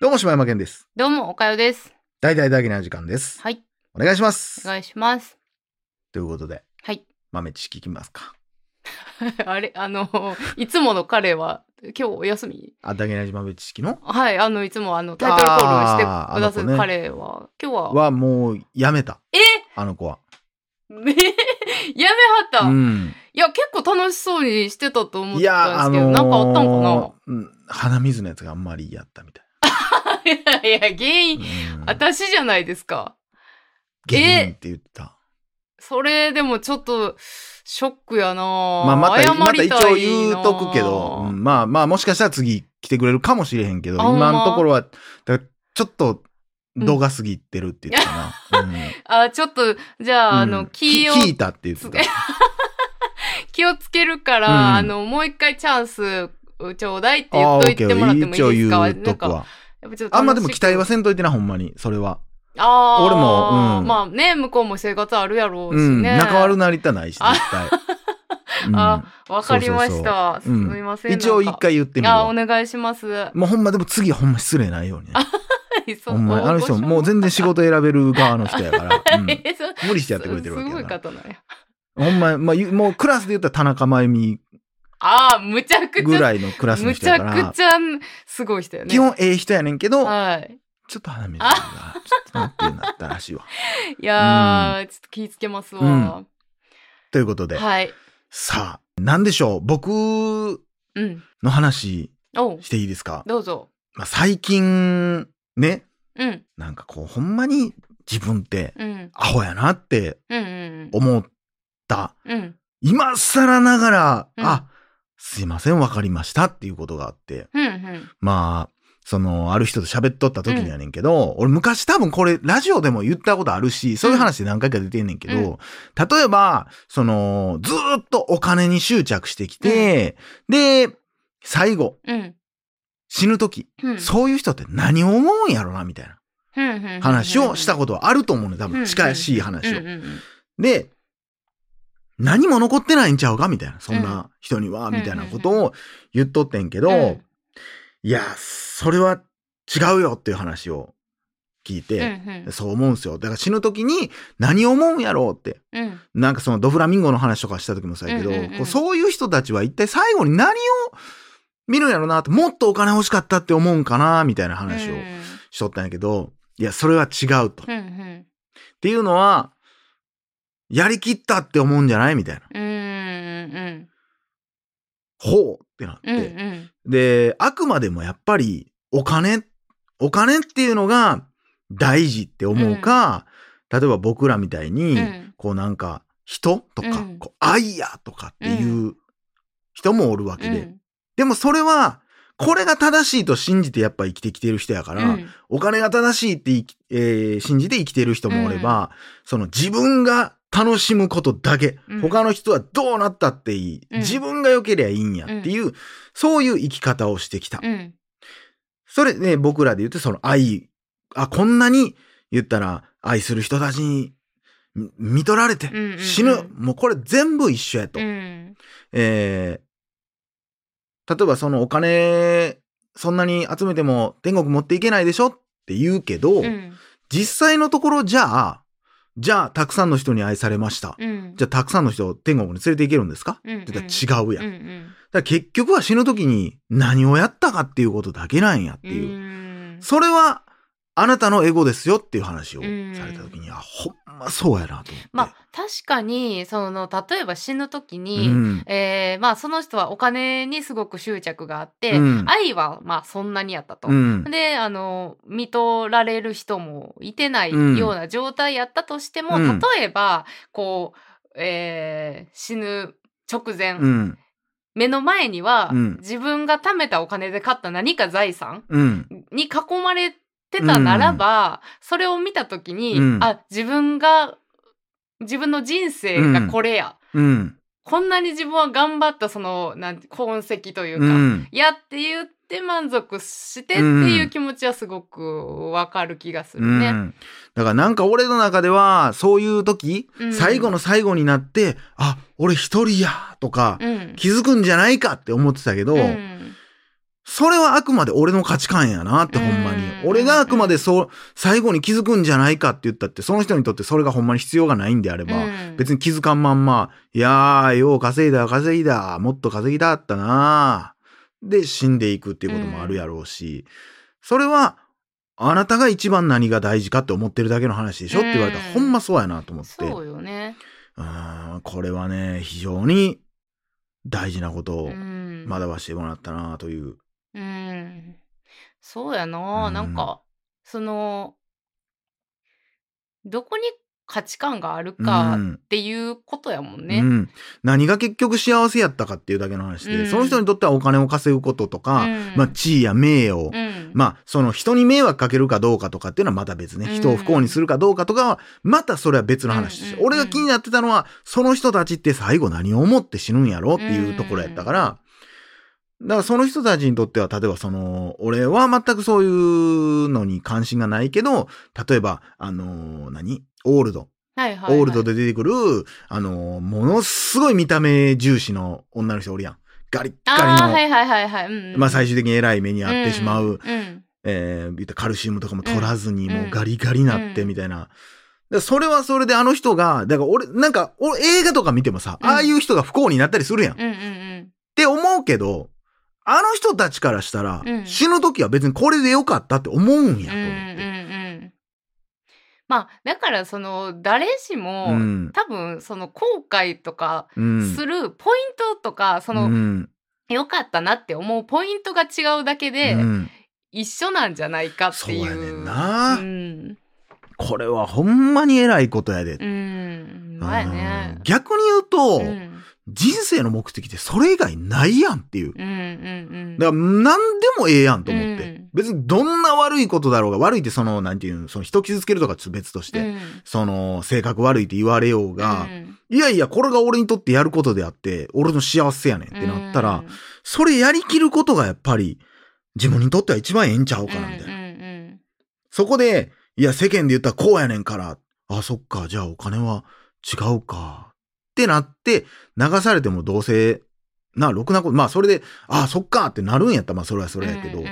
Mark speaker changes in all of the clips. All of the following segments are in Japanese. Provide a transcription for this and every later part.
Speaker 1: どうも、柴山健です。
Speaker 2: どうも、おかよです。
Speaker 1: 大々大げな時間です。
Speaker 2: はい、
Speaker 1: お願いしま
Speaker 2: お
Speaker 1: す。
Speaker 2: 願いします。
Speaker 1: ということで、
Speaker 2: はい。
Speaker 1: 豆知識いきますか。
Speaker 2: あれ、あの、いつもの彼は、今日お休み
Speaker 1: あ、大げなじ豆知識の
Speaker 2: はい、あの、いつもあの、タイトルコールして
Speaker 1: あー
Speaker 2: くださ
Speaker 1: あの
Speaker 2: る
Speaker 1: 子ね
Speaker 2: 彼は、今日は、
Speaker 1: はもうやめた。
Speaker 2: え
Speaker 1: あの子は。
Speaker 2: め やめはった、
Speaker 1: う
Speaker 2: い
Speaker 1: ん。
Speaker 2: や、結構楽しそうにしてたと思っ
Speaker 1: い
Speaker 2: た
Speaker 1: や、あ
Speaker 2: んですけど、
Speaker 1: のー、
Speaker 2: なんかあったんかな
Speaker 1: うん鼻水のやつがあんまりやったみたい。
Speaker 2: いやいや、原因、
Speaker 1: うん
Speaker 2: 私じゃないですか。
Speaker 1: 原因って言ってた。
Speaker 2: それでもちょっと、ショックやな
Speaker 1: まあ、また、また一応言うとくけど、う
Speaker 2: 今
Speaker 1: んまあまあ、もしかしたら次来てくれるかもしれへんけど、
Speaker 2: あほんま
Speaker 1: 今のところは、だからちょっと、度が過ぎてるって言ってたな。うん
Speaker 2: あ、ちょっと、じゃ あ、あ
Speaker 1: う
Speaker 2: の、
Speaker 1: ん
Speaker 2: 気を
Speaker 1: き聞いたって言ってた。
Speaker 2: 気をつけるから、
Speaker 1: うん
Speaker 2: あの、もう一回チャンスちょうだいって言っといてもらってもいいです
Speaker 1: あー
Speaker 2: か
Speaker 1: オッケーオッケー一応言うとこは。
Speaker 2: やっぱちょっと楽しく
Speaker 1: あんまでも期待はせんといてな、ほんまに。それは。
Speaker 2: あー
Speaker 1: 俺もうん
Speaker 2: まあね、向こうも生活あるやろうし
Speaker 1: う
Speaker 2: ね。
Speaker 1: ん。仲悪なりたないし、
Speaker 2: あ
Speaker 1: 絶対。うん
Speaker 2: あわかりました。
Speaker 1: そうそうそううん
Speaker 2: すみません。
Speaker 1: 一応
Speaker 2: な
Speaker 1: 一
Speaker 2: んか。
Speaker 1: 回言ってみる
Speaker 2: あ、お
Speaker 1: わ。
Speaker 2: 願いします。
Speaker 1: もうほんまでも次はほんま失礼ないようにね。
Speaker 2: そう
Speaker 1: ほんまあの人もう全然仕事選べる側の人やから。 うん
Speaker 2: えそう
Speaker 1: 無理してやってくれてるわけ
Speaker 2: すごい
Speaker 1: やから。
Speaker 2: 方なんや。
Speaker 1: ほんま、まあ、ゆもうクラスで言ったら田中真由美
Speaker 2: ああ、むちゃく
Speaker 1: ぐ
Speaker 2: ちゃ、
Speaker 1: らいのクラスの
Speaker 2: む
Speaker 1: 人
Speaker 2: ち
Speaker 1: や
Speaker 2: ゃ
Speaker 1: から
Speaker 2: く。ちゃすごい人やね。
Speaker 1: 基本ええ人やねんけど、
Speaker 2: はい。
Speaker 1: ちょっと鼻水が、ちょっとなってなったらしい わ。
Speaker 2: いやー、ちょっと気ぃつけますわ。
Speaker 1: ということで、
Speaker 2: はい。
Speaker 1: さあ、なんでしょう。僕
Speaker 2: うん。
Speaker 1: の話
Speaker 2: おう
Speaker 1: していいですか
Speaker 2: どうぞ。
Speaker 1: まあ、最近、ね、
Speaker 2: うん。
Speaker 1: なんかこう、ほんまに自分って
Speaker 2: うん。
Speaker 1: アホやなって
Speaker 2: うんうん
Speaker 1: 思った。
Speaker 2: うん。うん。
Speaker 1: 今更ながら、
Speaker 2: うん
Speaker 1: あ、すいません、わかりましたっていうことがあって。
Speaker 2: うんうん。
Speaker 1: まあ、その、ある人と喋っとった時にやねんけど、俺昔多分これ、ラジオでも言ったことあるし、そういう話で何回か出てんねんけど、
Speaker 2: うん
Speaker 1: 例えば、その、ずーっとお金に執着してきて、で、最後、
Speaker 2: うん。
Speaker 1: 死ぬ時、
Speaker 2: うん。
Speaker 1: そういう人って何を思うんやろな、みたいな。
Speaker 2: うんうんうん。
Speaker 1: 話をした
Speaker 2: こ
Speaker 1: ことはあると思うね多
Speaker 2: う
Speaker 1: 分
Speaker 2: ん
Speaker 1: 近しい
Speaker 2: とう
Speaker 1: 話
Speaker 2: ん
Speaker 1: を
Speaker 2: う。んうん。
Speaker 1: で何も残ってないんちゃうかみたいなそんな人には
Speaker 2: うん
Speaker 1: みたいなことを言っとってんけど
Speaker 2: う
Speaker 1: いやそれは違うよっていう話を聞い
Speaker 2: うんう
Speaker 1: て
Speaker 2: ん
Speaker 1: そう思うんすよだから死ぬ時に何思うんやろうって
Speaker 2: うん
Speaker 1: なんかそのドフラミンゴの話とかした時もそうやけど
Speaker 2: うんうんうん
Speaker 1: こうそういう人たちは一体最後に何を見るんやろなってもっとお金欲しかったって思うんかなみたいな話を
Speaker 2: うん
Speaker 1: しとったんやけどいやそれは違うと。
Speaker 2: うんうん
Speaker 1: っていうのは、やりきったって思うんじゃないみたいな。
Speaker 2: うんうん
Speaker 1: ほうってなっ
Speaker 2: うんうん
Speaker 1: て。で、あくまでもやっぱりお金、お金っていうのが大事って思うか、例えば僕らみたいに、
Speaker 2: うん
Speaker 1: こうなんか人とか、
Speaker 2: うん
Speaker 1: こう愛やとかっていう人もおるわけ
Speaker 2: う
Speaker 1: で。
Speaker 2: ん
Speaker 1: でもそれは、これが正しいと信じてやっぱ生きてきてる人やから、
Speaker 2: うん
Speaker 1: お金が正しいっていき、えー信じて生きてる人もおれば、その自分が楽しむことだけ、
Speaker 2: うん
Speaker 1: 他の人はどうなったっていい、
Speaker 2: うん
Speaker 1: 自分が良ければいいんやっていう、そういう生き方をしてきた。
Speaker 2: うん
Speaker 1: それね、僕らで言うとその愛、あ、こんなに言ったら愛する人たちにみ見取られて
Speaker 2: うんうんうん
Speaker 1: 死ぬ、もうこれ全部一緒やと。
Speaker 2: うん
Speaker 1: えー例えばそのお金、そんなに集めても天国持っていけないでしょって言うけど、
Speaker 2: うん
Speaker 1: 実際のところじゃあ、じゃあたくさんの人に愛されました。
Speaker 2: うん
Speaker 1: じゃあたくさんの人を天国に連れて行けるんですか
Speaker 2: うんうん
Speaker 1: って言ったら違うやん。
Speaker 2: う
Speaker 1: だか
Speaker 2: ん
Speaker 1: ら結局は死ぬ時に何をやったかっていうことだけなんやって
Speaker 2: う
Speaker 1: いう。
Speaker 2: ん
Speaker 1: それはあなたのエゴですよっていう話を
Speaker 2: うん
Speaker 1: された時に、あ、ほんまそうやなと思って。
Speaker 2: まあ確かにその例えば死ぬ時
Speaker 1: う
Speaker 2: に、
Speaker 1: ん、
Speaker 2: えーまあその人はお金にすごく執着があって、
Speaker 1: うん
Speaker 2: 愛はまあそんなにやったと、
Speaker 1: うん。
Speaker 2: であの見とられる人もいてない
Speaker 1: うん
Speaker 2: ような状態やったとしても、
Speaker 1: うん
Speaker 2: 例えばこう、えー死ぬ直前、
Speaker 1: うん。
Speaker 2: 目の前には、
Speaker 1: うん
Speaker 2: 自分が貯めたお金で買った何か財産
Speaker 1: うん。
Speaker 2: に囲まれてたならば、それを見た時に、
Speaker 1: うん
Speaker 2: あ自分が自分の人生がこれや、
Speaker 1: うん。
Speaker 2: こんなに自分は頑張ったそのなんて痕跡というか、
Speaker 1: うん。
Speaker 2: やって言って満足してっていう気持ちはすごくわかる気がする
Speaker 1: う
Speaker 2: ね。
Speaker 1: ん、だからなんか俺の中ではそういう時、
Speaker 2: うん
Speaker 1: 最後の最後になってあ俺一人やとか、
Speaker 2: うん。
Speaker 1: 気づくんじゃないかって思ってたけど、
Speaker 2: うん
Speaker 1: それはあくまで俺の価値観やなってほんまに
Speaker 2: う。ん
Speaker 1: 俺があくまでそう、最後に気づくんじゃないかって言ったって、その人にとってそれがほんまに必要がないんであれば、
Speaker 2: うん
Speaker 1: 別に気づかんまんま、いやー、よう稼いだ、稼いだ、もっと稼ぎだったなーで、死んでいくっていうこともあるやろうし、それは、あなたが一番何が大事かって思ってるだけの話でしょって言われたら、
Speaker 2: うん
Speaker 1: ほんまそうやなと思って。
Speaker 2: そうよね。
Speaker 1: うーん、これはね、非常に大事なこと
Speaker 2: う
Speaker 1: を
Speaker 2: ん。
Speaker 1: 学ばしてもらったなという。
Speaker 2: うん。そうやな、
Speaker 1: うん
Speaker 2: なんか、その、どこに価値観があるか
Speaker 1: うん
Speaker 2: っていうことやもん
Speaker 1: う
Speaker 2: ね。
Speaker 1: ん、何が結局幸せやったかっていうだけの話で、
Speaker 2: うん
Speaker 1: その人にとってはお金を稼ぐこととか、
Speaker 2: うん
Speaker 1: まあ地位や名誉、
Speaker 2: うん。
Speaker 1: まあその人に迷惑かけるかどうかとかっていうのはまた別ね、
Speaker 2: うん
Speaker 1: 人を不幸にするかどうかとかはまたそれは別の話です、
Speaker 2: うん
Speaker 1: 俺が気になってたのはその人たちって最後何を思って死ぬんやろっていうところやったから、だからその人たちにとっては、例えばその、俺は全くそういうのに関心がないけど、例えば、あのー何オールド。
Speaker 2: はいはい、
Speaker 1: オールドで出てくる、あの、ものすごい見た目重視の女の人おるやん。ガリッガリの。
Speaker 2: ああ、はいはいはいはい。うんうん、
Speaker 1: まあ最終的に偉い目に遭ってしまう。
Speaker 2: うんうん
Speaker 1: えー言ったらカルシウムとかも取らずに、
Speaker 2: うん
Speaker 1: もうガリガリなってみたいな。だからそれはそれであの人が、だから俺、なんか、俺映画とか見てもさ、
Speaker 2: うん
Speaker 1: ああいう人が不幸になったりするやん。っ
Speaker 2: うんうん
Speaker 1: て思うけど、あの人たちからしたら、
Speaker 2: うん
Speaker 1: 死ぬ時は別にこれでよかったって思うんや
Speaker 2: うんうんう
Speaker 1: と
Speaker 2: ん
Speaker 1: 思って。
Speaker 2: うんうんまあだからその誰しも、
Speaker 1: うん
Speaker 2: 多分その後悔とか
Speaker 1: うん。
Speaker 2: するポイントとか、その、
Speaker 1: うん
Speaker 2: 良かったなって思うポイントが違うだけで、
Speaker 1: うん
Speaker 2: 一緒なんじゃないかっていう。
Speaker 1: そうやねんな
Speaker 2: うん。
Speaker 1: これはほんまに偉いことやで
Speaker 2: うん。まあね
Speaker 1: うん。逆に言うと、
Speaker 2: うん
Speaker 1: 人生の目的ってそれ以外ないやんっていう。
Speaker 2: うんうんうん。
Speaker 1: だから何でもええやんと思って。
Speaker 2: うん
Speaker 1: 別にどんな悪いことだろうが、悪いってその、なんていうの、その人傷つけるとかちょっと別として、
Speaker 2: うん
Speaker 1: その、性格悪いって言われようが、
Speaker 2: うん
Speaker 1: いやいや、これが俺にとってやることであって、俺の幸せやねんってなったら、
Speaker 2: うん
Speaker 1: それやりきることがやっぱり、自分にとっては一番ええんちゃうかな、みたいな。
Speaker 2: うんうん
Speaker 1: そこで、いや、世間で言ったらこうやねんから、あ、そっか、じゃあお金は違うか、ってなって、流されてもどうせ、な、ろくなこと、まあそれで、あ、そっかってなるんやったら、まあそれはそ
Speaker 2: うん
Speaker 1: れやけど、
Speaker 2: うん
Speaker 1: うん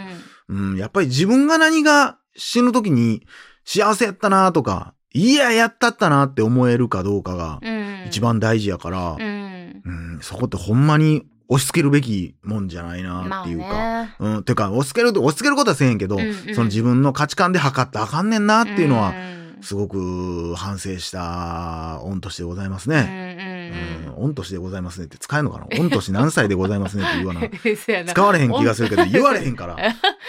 Speaker 1: やっぱり自分が何が死ぬ時に幸せやったなとか、いや、やったったなって思えるかどうかが
Speaker 2: うん
Speaker 1: 一番大事やから
Speaker 2: う、ん
Speaker 1: うん、そこってほんまに押し付けるべきもんじゃない
Speaker 2: ま
Speaker 1: なっ
Speaker 2: あ
Speaker 1: ていうか、
Speaker 2: ね
Speaker 1: うん、てか、押し付けると、押し付けることはせえへんけど、
Speaker 2: うんうん
Speaker 1: その自分の価値観で測ってあかんねんなっていうのは、
Speaker 2: ん
Speaker 1: すごく反省した、御年でございます
Speaker 2: うん
Speaker 1: ね。う
Speaker 2: うん
Speaker 1: 御
Speaker 2: ん、
Speaker 1: 年でございますねって使えるのかな御年何歳でございますねって言わ な
Speaker 2: う。んそうやな
Speaker 1: 使われへん気がするけど、言われへんから。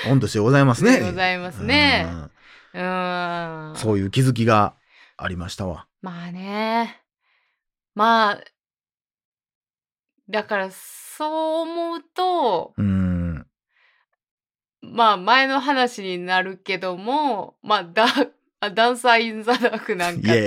Speaker 1: 御年でございますね。
Speaker 2: でございますね うん
Speaker 1: うんそういう気づきがありましたわ。
Speaker 2: まあね。まあ、だからそう思うと、
Speaker 1: うん。
Speaker 2: まあ前の話になるけども、まあだ、あダンサー・イン・ザ・ダークなんか
Speaker 1: いや
Speaker 2: っ
Speaker 1: い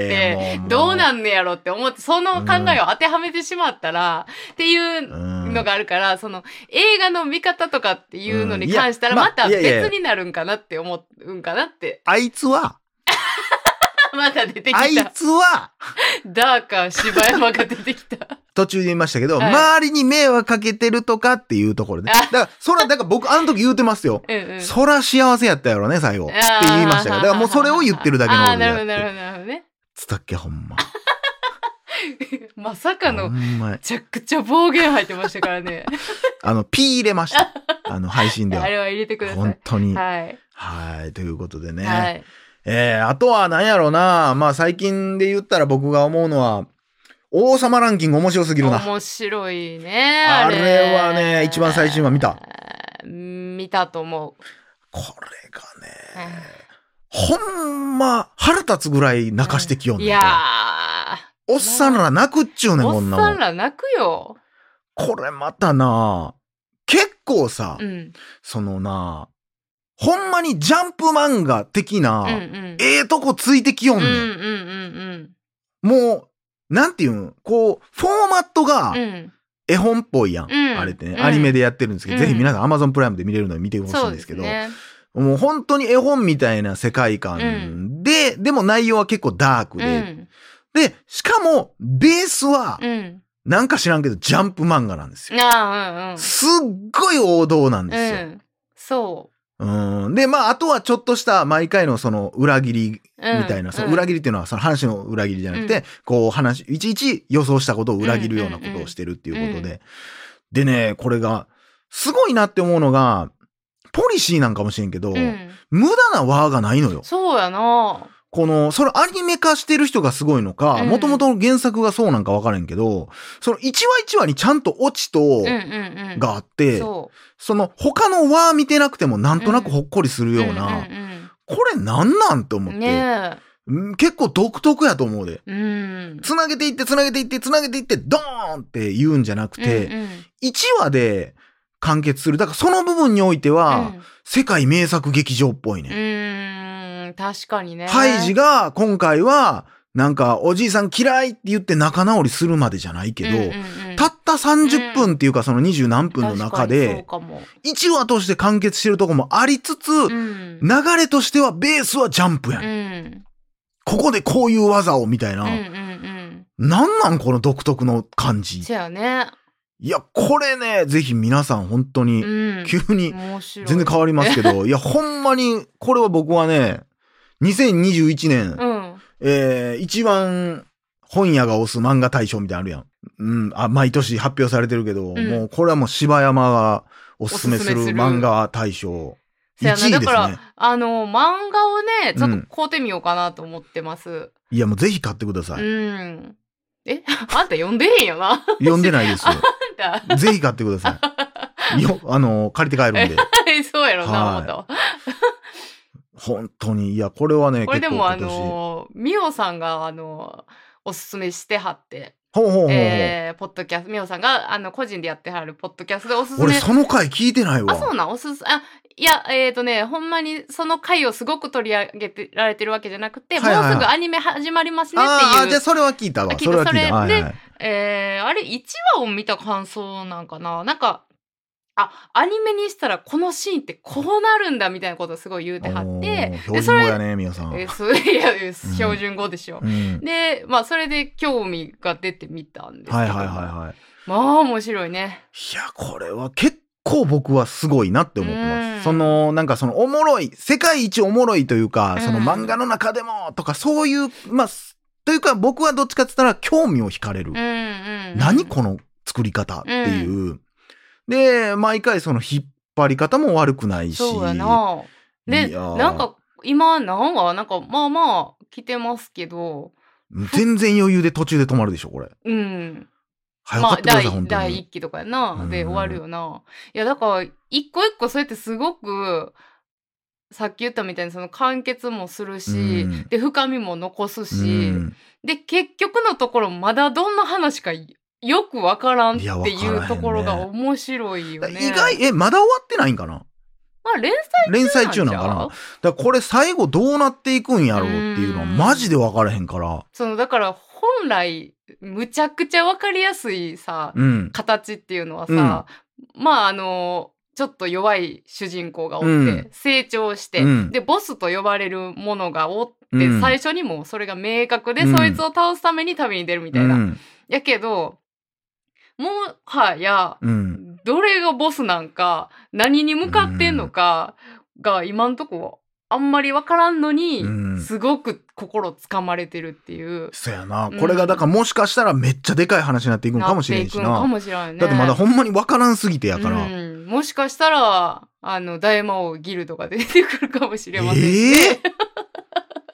Speaker 1: や
Speaker 2: て
Speaker 1: もう、
Speaker 2: どうなんねやろって思って、その考えを当てはめてしまったら、っていう
Speaker 1: うん
Speaker 2: のがあるから、その映画の見方とかっていうのに関したら、
Speaker 1: うんいや
Speaker 2: また
Speaker 1: まあいやいや
Speaker 2: 別になるんかなって思うんかなって、
Speaker 1: あいつは、
Speaker 2: また出てき
Speaker 1: あい
Speaker 2: た。
Speaker 1: つは、
Speaker 2: ダーカー・柴山が出てきた。
Speaker 1: 途中で言いましたけど、
Speaker 2: はい
Speaker 1: 周りに迷惑かけてるとかっていうところで。だから、そら、だから僕、あの時言うてますよ。
Speaker 2: うんうん。
Speaker 1: そら幸せやったやろね、最後。って
Speaker 2: あー
Speaker 1: 言いましたけど。だからもうそれを言ってるだけの
Speaker 2: あ
Speaker 1: こ
Speaker 2: ー
Speaker 1: と
Speaker 2: なるほど、
Speaker 1: で
Speaker 2: なる
Speaker 1: あ
Speaker 2: ほ
Speaker 1: って。
Speaker 2: ど、なるほどね。
Speaker 1: つったっけ、ほんま。
Speaker 2: まさか
Speaker 1: ほ
Speaker 2: の、め
Speaker 1: んまや
Speaker 2: ちゃくちゃ暴言入ってましたからね。
Speaker 1: あの、ピー入れま した。あの、配信で
Speaker 2: あ
Speaker 1: は。
Speaker 2: れは入れてくださ
Speaker 1: 本
Speaker 2: い。
Speaker 1: 当に。は
Speaker 2: はい。
Speaker 1: い。ということでね。
Speaker 2: はい。
Speaker 1: えー、あとは何やろうな。まあ、最近で言ったら僕が思うのは、王様ランキング面白すぎるな。
Speaker 2: 面白いね。
Speaker 1: あれはね一番最新話見た。
Speaker 2: 見たと思う。
Speaker 1: これがね、ほんま腹立つぐらい泣かしてきよんねん
Speaker 2: いや
Speaker 1: これおっさんら泣くっちゅうね
Speaker 2: ー、
Speaker 1: ん、こ
Speaker 2: お
Speaker 1: ん
Speaker 2: っ
Speaker 1: な
Speaker 2: さ
Speaker 1: も
Speaker 2: ん
Speaker 1: ん。
Speaker 2: ら泣くよ。
Speaker 1: これまたな結構さ、
Speaker 2: うん。
Speaker 1: そのなほんまにジャンプ漫画的な、
Speaker 2: うんうん。
Speaker 1: ええとこついてきよん
Speaker 2: うんうん
Speaker 1: ねん。
Speaker 2: うん
Speaker 1: もう、なんていうん、こう、フォーマットが
Speaker 2: うん。うん。
Speaker 1: 絵本っぽいやん。
Speaker 2: うん
Speaker 1: あれってね、
Speaker 2: うん
Speaker 1: アニメでやってるんですけど、
Speaker 2: うん
Speaker 1: ぜひ皆さん Amazon プライムで見れるので見てほしい
Speaker 2: そ
Speaker 1: ん
Speaker 2: う
Speaker 1: で
Speaker 2: ですす
Speaker 1: けど、
Speaker 2: ね。
Speaker 1: もう本当に絵本みたいな世界観で、でも内容は結構ダーク
Speaker 2: う
Speaker 1: で、
Speaker 2: ん。
Speaker 1: で、しかも、ベースは
Speaker 2: う、ん。
Speaker 1: なんか知らんけど、ジャンプ漫画なんですよ。
Speaker 2: ああ、うんうん。
Speaker 1: すっごい王道なんです
Speaker 2: う
Speaker 1: よ。
Speaker 2: ん。そ
Speaker 1: うん、で、まあ、あとはちょっとした毎回のその裏切り
Speaker 2: う。うん
Speaker 1: みたいな、その
Speaker 2: うん
Speaker 1: 裏切りっていうのはその話の裏切りじゃなくて、
Speaker 2: う
Speaker 1: こう話、いちいち予想したことを裏切るようなことをしてるっていうことで。
Speaker 2: うんうんうん
Speaker 1: でね、これが、すごいなって思うのが、ポリシーなんかもしれんけど、
Speaker 2: うん。
Speaker 1: 無駄な輪がないのよ。
Speaker 2: そうやな。
Speaker 1: この、それアニメ化してる人がすごいのか、
Speaker 2: うん
Speaker 1: 元々の原作がそうなんかわからんけど、その一話一話にちゃんとオチと
Speaker 2: うん、うんうん。
Speaker 1: があって、
Speaker 2: そ
Speaker 1: その他の輪見てなくてもなんとなくほっこりする
Speaker 2: う。
Speaker 1: ような、
Speaker 2: んん
Speaker 1: これなんなんと思
Speaker 2: う
Speaker 1: っ
Speaker 2: ん
Speaker 1: て、
Speaker 2: ね
Speaker 1: うん結構独特やと思うで。
Speaker 2: え。うん。
Speaker 1: つなげていって、つなげていって、つなげていって、ドーンって言うんじゃなくて、
Speaker 2: うんうん
Speaker 1: 1話で完結する。だからその部分においては、世界名作劇場っぽい
Speaker 2: うん、う
Speaker 1: ね。
Speaker 2: ーん、確かにね。
Speaker 1: ハイジが今回は、なんか、おじいさん嫌いって言って仲直りするまでじゃないけど、たった30分っていうかその20何分の中
Speaker 2: そう
Speaker 1: で、
Speaker 2: かも。
Speaker 1: 1話として完結してるとこもありつつ、
Speaker 2: うん。
Speaker 1: 流れとしてはベースはジャンプや。
Speaker 2: うんん。
Speaker 1: ここでこういう技をみたい
Speaker 2: うんう
Speaker 1: な。
Speaker 2: んうん。
Speaker 1: なんなんこの独特の感じ。
Speaker 2: そうやね。
Speaker 1: いや、これね、ぜひ皆さん本当
Speaker 2: う
Speaker 1: に、
Speaker 2: ん。
Speaker 1: 急に、
Speaker 2: 面白い。
Speaker 1: 全然変わりますけ ど、いや、ほんまに、これは僕はね、2021年、
Speaker 2: うん。
Speaker 1: えー、一番本屋が推す漫画大賞みたいなのあるやん。うん、あ、毎年発表されてるけど、
Speaker 2: うん
Speaker 1: もうこれはもう柴山がおすすめする
Speaker 2: おすすめする
Speaker 1: 漫画大賞。
Speaker 2: そうや
Speaker 1: 1位
Speaker 2: な。だか
Speaker 1: ですね
Speaker 2: ら、あの、漫画をね、ちょ
Speaker 1: う
Speaker 2: っ
Speaker 1: ん
Speaker 2: と買うてみようかなと思ってます。
Speaker 1: いや、もうぜひ買ってくだ
Speaker 2: う
Speaker 1: さい。
Speaker 2: ん。え、 あんた読んでへんよな。
Speaker 1: 読んでないですよ。
Speaker 2: あんた。
Speaker 1: ぜひ買ってください。よ、あの、借りて帰るん で。
Speaker 2: そうやろな、
Speaker 1: はい
Speaker 2: 思ったわ。
Speaker 1: 本当に、いや、これはね、
Speaker 2: これで
Speaker 1: 結構
Speaker 2: もあ
Speaker 1: 今年。ほ
Speaker 2: のミオさんがあのおすすめしてはって、
Speaker 1: うほうほうほう。
Speaker 2: えーポッドキャストミオさんがあの個人でやってはるポッドキャストでおすす
Speaker 1: 俺、
Speaker 2: め
Speaker 1: その回聞いてないわ。
Speaker 2: あそうなんおすすあいやえっ、とねほんまにその回をすごく取り上げてられてるわけじゃなく
Speaker 1: は
Speaker 2: て、
Speaker 1: いはいはい
Speaker 2: もうすぐアニメ始まりますね
Speaker 1: ああ
Speaker 2: っ
Speaker 1: ー
Speaker 2: て
Speaker 1: じゃ
Speaker 2: い
Speaker 1: あ
Speaker 2: う。
Speaker 1: それは聞いたわ
Speaker 2: 聞いた
Speaker 1: それは聞いたは
Speaker 2: それ
Speaker 1: い
Speaker 2: で
Speaker 1: はい
Speaker 2: えーあれ1話を見た感想なんかななんかあアニメにしたらこのシーンってこうなるんだみたいなことをすごい言うてはっ
Speaker 1: おー
Speaker 2: て
Speaker 1: 標
Speaker 2: で
Speaker 1: 準
Speaker 2: そ
Speaker 1: 語
Speaker 2: れ
Speaker 1: やね皆さん、
Speaker 2: えーそういやえー標準語でしょ、
Speaker 1: うん、
Speaker 2: で、まあ、それで興味が出てみたんですけど。
Speaker 1: はいはいはいはい
Speaker 2: まあ、面白いね。
Speaker 1: いやこれは結構僕はすごいなって思ってま
Speaker 2: う
Speaker 1: す
Speaker 2: ん
Speaker 1: そのなんかそのおもろい世界一おもろいというか、
Speaker 2: うん
Speaker 1: その漫画の中でもとかそういうまあすというか僕はどっちかって言ったら興味を惹かれる、
Speaker 2: うんうんうん。
Speaker 1: 何この作り方っていう、で毎回その引っ張り方も悪くないし
Speaker 2: そうやな。で、
Speaker 1: いやー
Speaker 2: なんか、今、何話なんか、まあまあ、来てますけど、
Speaker 1: 全然余裕で途中で止まるでしょこれ
Speaker 2: うん。
Speaker 1: 早
Speaker 2: ま
Speaker 1: か
Speaker 2: あ
Speaker 1: っ、てください、
Speaker 2: 第
Speaker 1: 本当
Speaker 2: 第
Speaker 1: に
Speaker 2: 1期とかやな。で、
Speaker 1: うん
Speaker 2: 終わるよな。いや、だから、一個一個そうやってすごく、さっき言ったみたいに、その完結もするし、
Speaker 1: うん
Speaker 2: で、深みも残すし、
Speaker 1: うん
Speaker 2: で結局のところまだどんな話かよくわからんって
Speaker 1: いやわから
Speaker 2: い
Speaker 1: へん
Speaker 2: う
Speaker 1: ね
Speaker 2: ところが面白いよね。
Speaker 1: 意外、え、まだ終わってないんかな
Speaker 2: まあ連
Speaker 1: 連載
Speaker 2: 載
Speaker 1: 中なん
Speaker 2: ち
Speaker 1: か
Speaker 2: ゃ
Speaker 1: な
Speaker 2: う
Speaker 1: だからこれ最後どうなっていくんやろうっていうのは
Speaker 2: うん
Speaker 1: マジで分からへんから。
Speaker 2: そのだから本来むちゃくちゃわかりやすいさ、
Speaker 1: うん。
Speaker 2: 形っていうのはさ、まああのちょっと弱い主人公がおって、
Speaker 1: うん
Speaker 2: 成長して、
Speaker 1: うん
Speaker 2: でボスと呼ばれるものがおって、
Speaker 1: うん
Speaker 2: 最初にもうそれが明確で、
Speaker 1: うん
Speaker 2: そいつを倒すために旅に出るみ
Speaker 1: う
Speaker 2: たいな。
Speaker 1: ん。
Speaker 2: やけどもはや
Speaker 1: うん。
Speaker 2: どれがボスなんか何に向かってんのかが今んとこあんまり分からんのに、
Speaker 1: うん
Speaker 2: すごく心つかまれてるっていう。
Speaker 1: そやな。
Speaker 2: うん
Speaker 1: これがだからもしかしたらめっちゃでかい話になっていくのかもしれんし
Speaker 2: っていくのか
Speaker 1: な。
Speaker 2: もしれないね。
Speaker 1: だってまだほんまに分からんすぎてやから。
Speaker 2: うんもしかしたらあの大魔王ギルドが出てくるかもしれませんし、
Speaker 1: ええ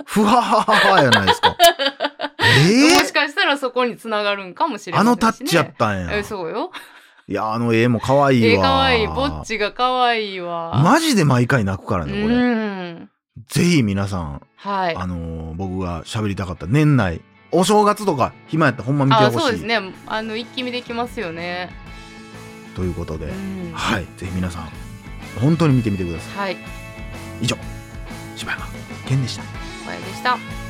Speaker 1: ふははははやないですか。
Speaker 2: もし
Speaker 1: ええ
Speaker 2: かしたらそこに繋がるんかもしれま
Speaker 1: あ
Speaker 2: せんし、ね、
Speaker 1: のタッチやったんや。
Speaker 2: えそうよ。
Speaker 1: いや、あの絵も可愛い
Speaker 2: え
Speaker 1: わ。
Speaker 2: かわいい。ぼっちがかわいいわ。
Speaker 1: マジで毎回泣くからね、これ。
Speaker 2: うん。
Speaker 1: ぜひ皆さん、
Speaker 2: はい。
Speaker 1: あのー僕が喋りたかった年内お正月とか暇やったらほんま見て
Speaker 2: あ、
Speaker 1: ほしい
Speaker 2: そうですね。あの一気見できますよね。
Speaker 1: ということで、
Speaker 2: うん
Speaker 1: はいぜひ皆さん本当に見てみてくださ
Speaker 2: はい、
Speaker 1: い以上柴山健でした
Speaker 2: これでした。